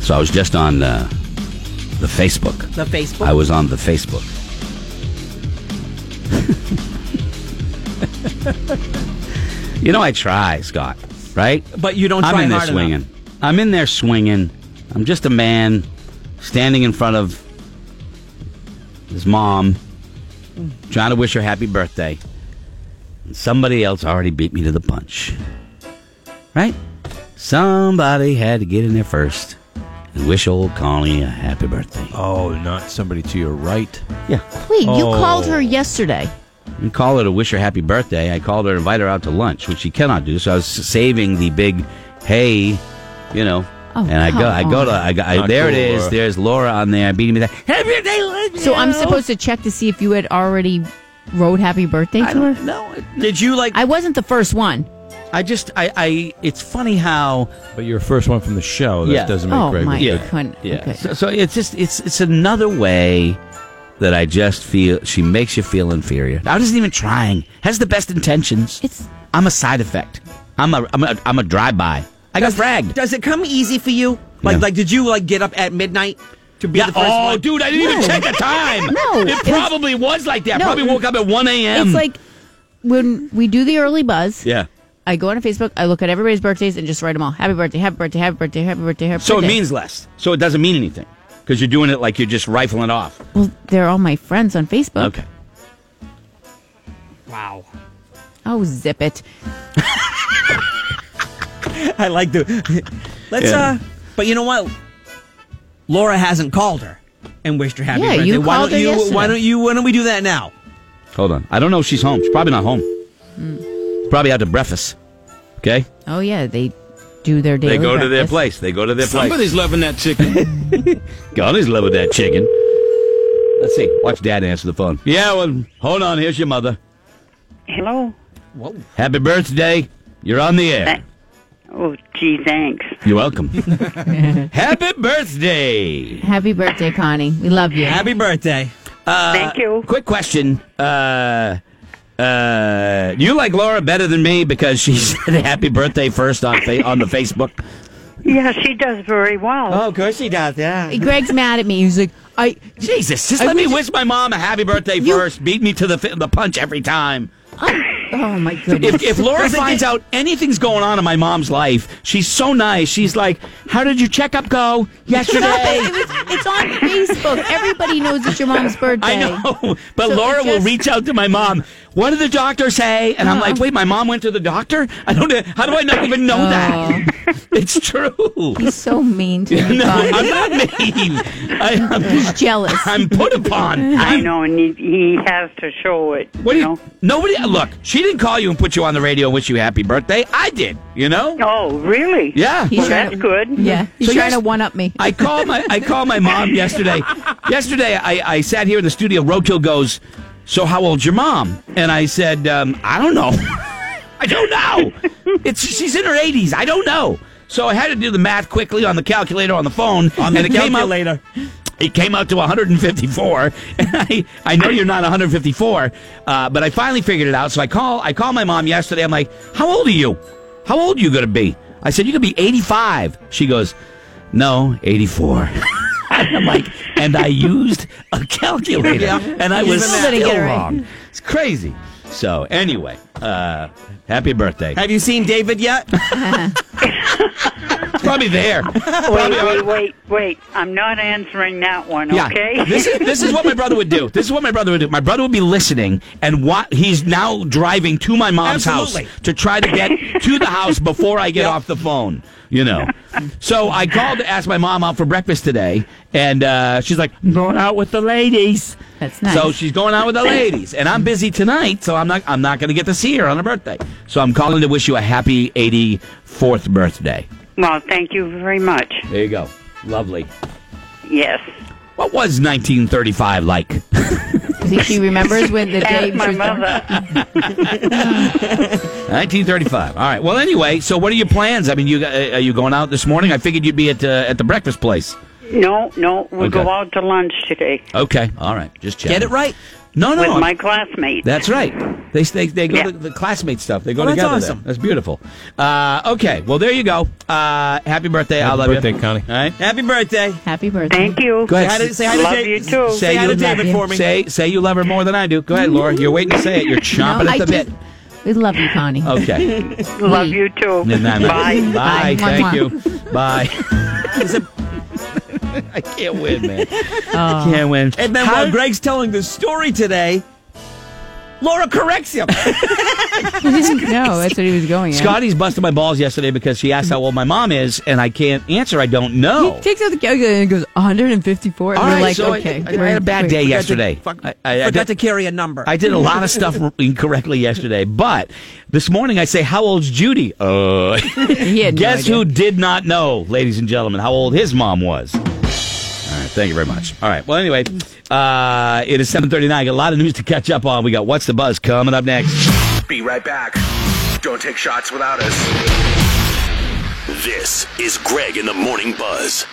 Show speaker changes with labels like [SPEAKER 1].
[SPEAKER 1] So I was just on uh, the Facebook.
[SPEAKER 2] The Facebook.
[SPEAKER 1] I was on the Facebook. you know, I try, Scott. Right?
[SPEAKER 2] But you don't
[SPEAKER 1] I'm
[SPEAKER 2] try
[SPEAKER 1] in there
[SPEAKER 2] hard
[SPEAKER 1] swinging.
[SPEAKER 2] enough.
[SPEAKER 1] I'm in there swinging. I'm just a man standing in front of his mom, trying to wish her happy birthday. And somebody else already beat me to the punch. Right? Somebody had to get in there first and wish old Connie a happy birthday.
[SPEAKER 3] Oh, not somebody to your right.
[SPEAKER 1] Yeah.
[SPEAKER 4] Wait, you
[SPEAKER 3] Oh.
[SPEAKER 4] called her yesterday.
[SPEAKER 1] And call her to wish her happy birthday. I called her to invite her out to lunch, which she cannot do. So I was saving the big, hey, you know.
[SPEAKER 4] Oh,
[SPEAKER 1] and I go,
[SPEAKER 4] come
[SPEAKER 1] I go to,
[SPEAKER 4] on.
[SPEAKER 1] I, go, I
[SPEAKER 3] Not
[SPEAKER 1] there it
[SPEAKER 3] cool, uh.
[SPEAKER 1] is.
[SPEAKER 3] Laura.
[SPEAKER 1] There's Laura on there beating me. That happy birthday. love
[SPEAKER 4] So I'm
[SPEAKER 1] you."
[SPEAKER 4] supposed to check to see if you had already wrote happy birthday to
[SPEAKER 1] I
[SPEAKER 4] her?
[SPEAKER 1] don't know.
[SPEAKER 2] Did you like?
[SPEAKER 4] I wasn't the first one.
[SPEAKER 1] I just, I, I. It's funny how
[SPEAKER 3] But you're first one from the show. That
[SPEAKER 1] Yeah.
[SPEAKER 3] doesn't make
[SPEAKER 4] Oh,
[SPEAKER 3] Greg
[SPEAKER 4] my
[SPEAKER 3] look
[SPEAKER 4] Yeah.
[SPEAKER 3] good.
[SPEAKER 4] Couldn't- okay.
[SPEAKER 1] So, so it's just it's it's another way that I just feel she makes you feel inferior. I wasn't even trying. Has the best intentions.
[SPEAKER 4] It's-
[SPEAKER 1] I'm a side effect. I'm a I'm a I'm a drive by. I got fragged.
[SPEAKER 2] Does it come easy for you? Like,
[SPEAKER 1] No.
[SPEAKER 2] like, did you like get up at midnight to be the first
[SPEAKER 1] oh,
[SPEAKER 2] one?
[SPEAKER 1] dude, I didn't even
[SPEAKER 4] No.
[SPEAKER 1] check the time.
[SPEAKER 4] No,
[SPEAKER 1] it
[SPEAKER 4] it was-
[SPEAKER 1] probably was, like that. I
[SPEAKER 4] No.
[SPEAKER 1] probably woke up at one a.m.
[SPEAKER 4] it's like when we do the early buzz,
[SPEAKER 1] yeah.
[SPEAKER 4] I go on Facebook, I look at everybody's birthdays and just write them all. Happy birthday, happy birthday, happy birthday, happy birthday, happy
[SPEAKER 1] So it
[SPEAKER 4] birthday.
[SPEAKER 1] means less. So it doesn't mean anything because you're doing it like you're just rifling off.
[SPEAKER 4] Well, they're all my friends on Facebook.
[SPEAKER 1] Okay.
[SPEAKER 2] Wow.
[SPEAKER 4] Oh, zip it.
[SPEAKER 2] I like the. Let's
[SPEAKER 1] Yeah.
[SPEAKER 2] uh. But you know what? Laura hasn't called her and wished her happy
[SPEAKER 4] Yeah,
[SPEAKER 2] birthday.
[SPEAKER 4] you
[SPEAKER 2] why
[SPEAKER 4] called
[SPEAKER 2] don't
[SPEAKER 4] her
[SPEAKER 2] you? Why
[SPEAKER 4] yesterday.
[SPEAKER 2] don't you? Why don't we do that now?
[SPEAKER 1] Hold on. I don't know if she's home. She's probably not home.
[SPEAKER 4] Hmm.
[SPEAKER 1] Probably out to breakfast. Okay.
[SPEAKER 4] Oh, yeah, they do their daily
[SPEAKER 1] They go to their
[SPEAKER 4] breakfast.
[SPEAKER 1] place. They go to their place.
[SPEAKER 5] Somebody's loving that chicken.
[SPEAKER 1] Connie's loving that chicken. Let's see. Watch Dad answer the phone. Yeah, well, hold on. Here's your mother.
[SPEAKER 6] Hello.
[SPEAKER 2] Whoa.
[SPEAKER 1] Happy birthday. You're on the air.
[SPEAKER 6] Oh, gee, thanks.
[SPEAKER 1] You're welcome. Happy birthday.
[SPEAKER 4] Happy birthday, Connie. We love you.
[SPEAKER 2] Happy birthday.
[SPEAKER 1] Uh,
[SPEAKER 6] Thank you.
[SPEAKER 1] Quick question. Uh, uh, you like Laura better than me because she said happy birthday first on fa- on the Facebook.
[SPEAKER 6] Yeah, she does very well.
[SPEAKER 2] Oh, of course she does. Yeah.
[SPEAKER 4] Greg's mad at me. He's like, I.
[SPEAKER 1] Jesus, just
[SPEAKER 4] I
[SPEAKER 1] let me
[SPEAKER 4] wish-
[SPEAKER 1] wish my mom a happy birthday
[SPEAKER 4] You-
[SPEAKER 1] first. Beat me to the fi- the punch every time.
[SPEAKER 4] I oh, my goodness.
[SPEAKER 1] if, if Laura finds out anything's going on in my mom's life, she's so nice. She's like, "How did your checkup go yesterday?"
[SPEAKER 4] It was- it's on Facebook. Everybody knows it's your mom's
[SPEAKER 1] I
[SPEAKER 4] birthday.
[SPEAKER 1] know, but
[SPEAKER 4] So
[SPEAKER 1] Laura
[SPEAKER 4] it
[SPEAKER 1] will
[SPEAKER 4] just-
[SPEAKER 1] reach out to my mom. What did the doctor say? And I'm like, "Wait, my mom went to the doctor? I don't. How do I not even know that? It's true."
[SPEAKER 4] He's so mean to me.
[SPEAKER 1] No,
[SPEAKER 4] Connie.
[SPEAKER 1] I'm not mean. I, am
[SPEAKER 4] He's jealous.
[SPEAKER 1] I'm put upon.
[SPEAKER 6] I
[SPEAKER 1] I'm-
[SPEAKER 6] know, and he, he has to show it.
[SPEAKER 1] What do you?
[SPEAKER 6] know?
[SPEAKER 1] Nobody. Look, she didn't call you and put you on the radio and wish you happy birthday. I did. You know?
[SPEAKER 6] Oh, really?
[SPEAKER 1] Yeah.
[SPEAKER 4] He's
[SPEAKER 6] Well,
[SPEAKER 4] trying
[SPEAKER 6] that's
[SPEAKER 4] to-
[SPEAKER 6] good.
[SPEAKER 4] Yeah, he's
[SPEAKER 1] So
[SPEAKER 4] trying
[SPEAKER 1] yes-
[SPEAKER 4] to one up me.
[SPEAKER 1] I called my I called my mom yesterday. Yesterday, I, I sat here in the studio. Roadkill goes, "So how old's your mom?" And I said, um, "I don't know. I don't know. It's she's in her 80s. I don't know." So I had to do the math quickly on the calculator on the phone,
[SPEAKER 2] On
[SPEAKER 1] and
[SPEAKER 2] the
[SPEAKER 1] it came out
[SPEAKER 2] calculator.
[SPEAKER 1] it came out to 154, and I, I know you're not 154, uh, but I finally figured it out. So I call I call my mom yesterday. I'm like, "How old are you? How old are you going to be?" I said, "You're going to be 85." She goes, "No, 84." and I'm like, and I used a calculator,
[SPEAKER 2] Yeah.
[SPEAKER 1] and I was
[SPEAKER 4] Even that.
[SPEAKER 1] still
[SPEAKER 4] Get it right.
[SPEAKER 1] wrong. It's crazy. So anyway, uh, happy birthday.
[SPEAKER 2] Have you seen David yet?
[SPEAKER 1] It's probably there. Probably
[SPEAKER 6] Wait, wait, wait, wait. I'm not answering that one, okay?
[SPEAKER 1] This is this is what my brother would do. This is what my brother would do. My brother would be listening and what he's now driving to my mom's
[SPEAKER 2] Absolutely.
[SPEAKER 1] house to try to get to the house before I get off the phone. You know. So I called to ask my mom out for breakfast today, and uh, she's like, I'm going out with the ladies.
[SPEAKER 4] That's nice.
[SPEAKER 1] So she's going out with the ladies, and I'm busy tonight, so I'm not I'm not going to get to see her on her birthday. So I'm calling to wish you a happy 84th birthday.
[SPEAKER 6] Well, thank you very much.
[SPEAKER 1] There you go. Lovely.
[SPEAKER 6] Yes.
[SPEAKER 1] What was 1935 like?
[SPEAKER 4] I think she remembers when the day
[SPEAKER 6] Ask
[SPEAKER 4] she
[SPEAKER 6] my
[SPEAKER 4] was born.
[SPEAKER 6] mother.
[SPEAKER 1] 1935. All right. Well, anyway, so what are your plans? I mean, you uh, are you going out this morning? I figured you'd be at uh, at the breakfast place.
[SPEAKER 6] No, no, we
[SPEAKER 1] Okay.
[SPEAKER 6] go out to lunch today.
[SPEAKER 1] Okay. All right. Just check.
[SPEAKER 2] Get it right.
[SPEAKER 1] No, no.
[SPEAKER 6] with
[SPEAKER 1] I'm-
[SPEAKER 6] my classmates.
[SPEAKER 1] That's right. They they, they go
[SPEAKER 6] Yeah.
[SPEAKER 1] to the classmate stuff. They go
[SPEAKER 2] Oh, that's
[SPEAKER 1] together.
[SPEAKER 2] awesome.
[SPEAKER 1] There. That's beautiful. Uh, okay. Well, there you go. Uh, happy birthday. I
[SPEAKER 3] Happy
[SPEAKER 1] love
[SPEAKER 3] birthday,
[SPEAKER 1] you.
[SPEAKER 3] Connie.
[SPEAKER 1] All right.
[SPEAKER 2] Happy birthday.
[SPEAKER 4] Happy birthday.
[SPEAKER 6] Thank you.
[SPEAKER 1] Go ahead.
[SPEAKER 2] Say hi to, say hi to
[SPEAKER 6] Love
[SPEAKER 2] Dave-
[SPEAKER 6] you, too.
[SPEAKER 2] Say,
[SPEAKER 1] Say
[SPEAKER 2] hi
[SPEAKER 1] you
[SPEAKER 2] to
[SPEAKER 1] love
[SPEAKER 2] David
[SPEAKER 4] you.
[SPEAKER 2] for me.
[SPEAKER 1] Say say you love her more than I do. Go ahead, Laura. You're waiting to say it. You're chomping at
[SPEAKER 4] No, I
[SPEAKER 1] the
[SPEAKER 4] do.
[SPEAKER 1] bit. Oh.
[SPEAKER 4] We love you, Connie.
[SPEAKER 1] Okay.
[SPEAKER 6] Love you too.
[SPEAKER 1] Isn't that
[SPEAKER 6] Bye.
[SPEAKER 1] nice? Bye.
[SPEAKER 4] Bye.
[SPEAKER 1] Thank
[SPEAKER 4] Mwah,
[SPEAKER 1] you. Bye. I can't win, man. I can't win.
[SPEAKER 2] Oh. And then
[SPEAKER 1] How-
[SPEAKER 2] while Greg's telling the story today, Laura corrects him.
[SPEAKER 4] no, that's what he was going at.
[SPEAKER 1] Scotty's busted my balls yesterday because she asked how old my mom is, and I can't answer. I don't know.
[SPEAKER 4] He takes out the calculator and goes 154. And
[SPEAKER 1] All
[SPEAKER 4] we're
[SPEAKER 1] right,
[SPEAKER 4] like,
[SPEAKER 1] so I-
[SPEAKER 4] okay.
[SPEAKER 1] I, I
[SPEAKER 4] we're-
[SPEAKER 1] had a bad
[SPEAKER 4] wait.
[SPEAKER 1] day yesterday.
[SPEAKER 2] Forgot to-
[SPEAKER 1] I, I, I
[SPEAKER 2] forgot
[SPEAKER 1] did,
[SPEAKER 2] to carry a number.
[SPEAKER 1] I did a lot of stuff incorrectly yesterday, but this morning I say, "How old's Judy?" Uh,
[SPEAKER 4] He had no
[SPEAKER 1] guess
[SPEAKER 4] idea.
[SPEAKER 1] who did not know, ladies and gentlemen, how old his mom was. All right, thank you very much. All right, well, anyway, uh, it is seven thirty-nine. Got a lot of news to catch up on. We got what's the buzz coming up next.
[SPEAKER 5] Be right back. Don't take shots without us.
[SPEAKER 7] This is Greg in the Morning Buzz.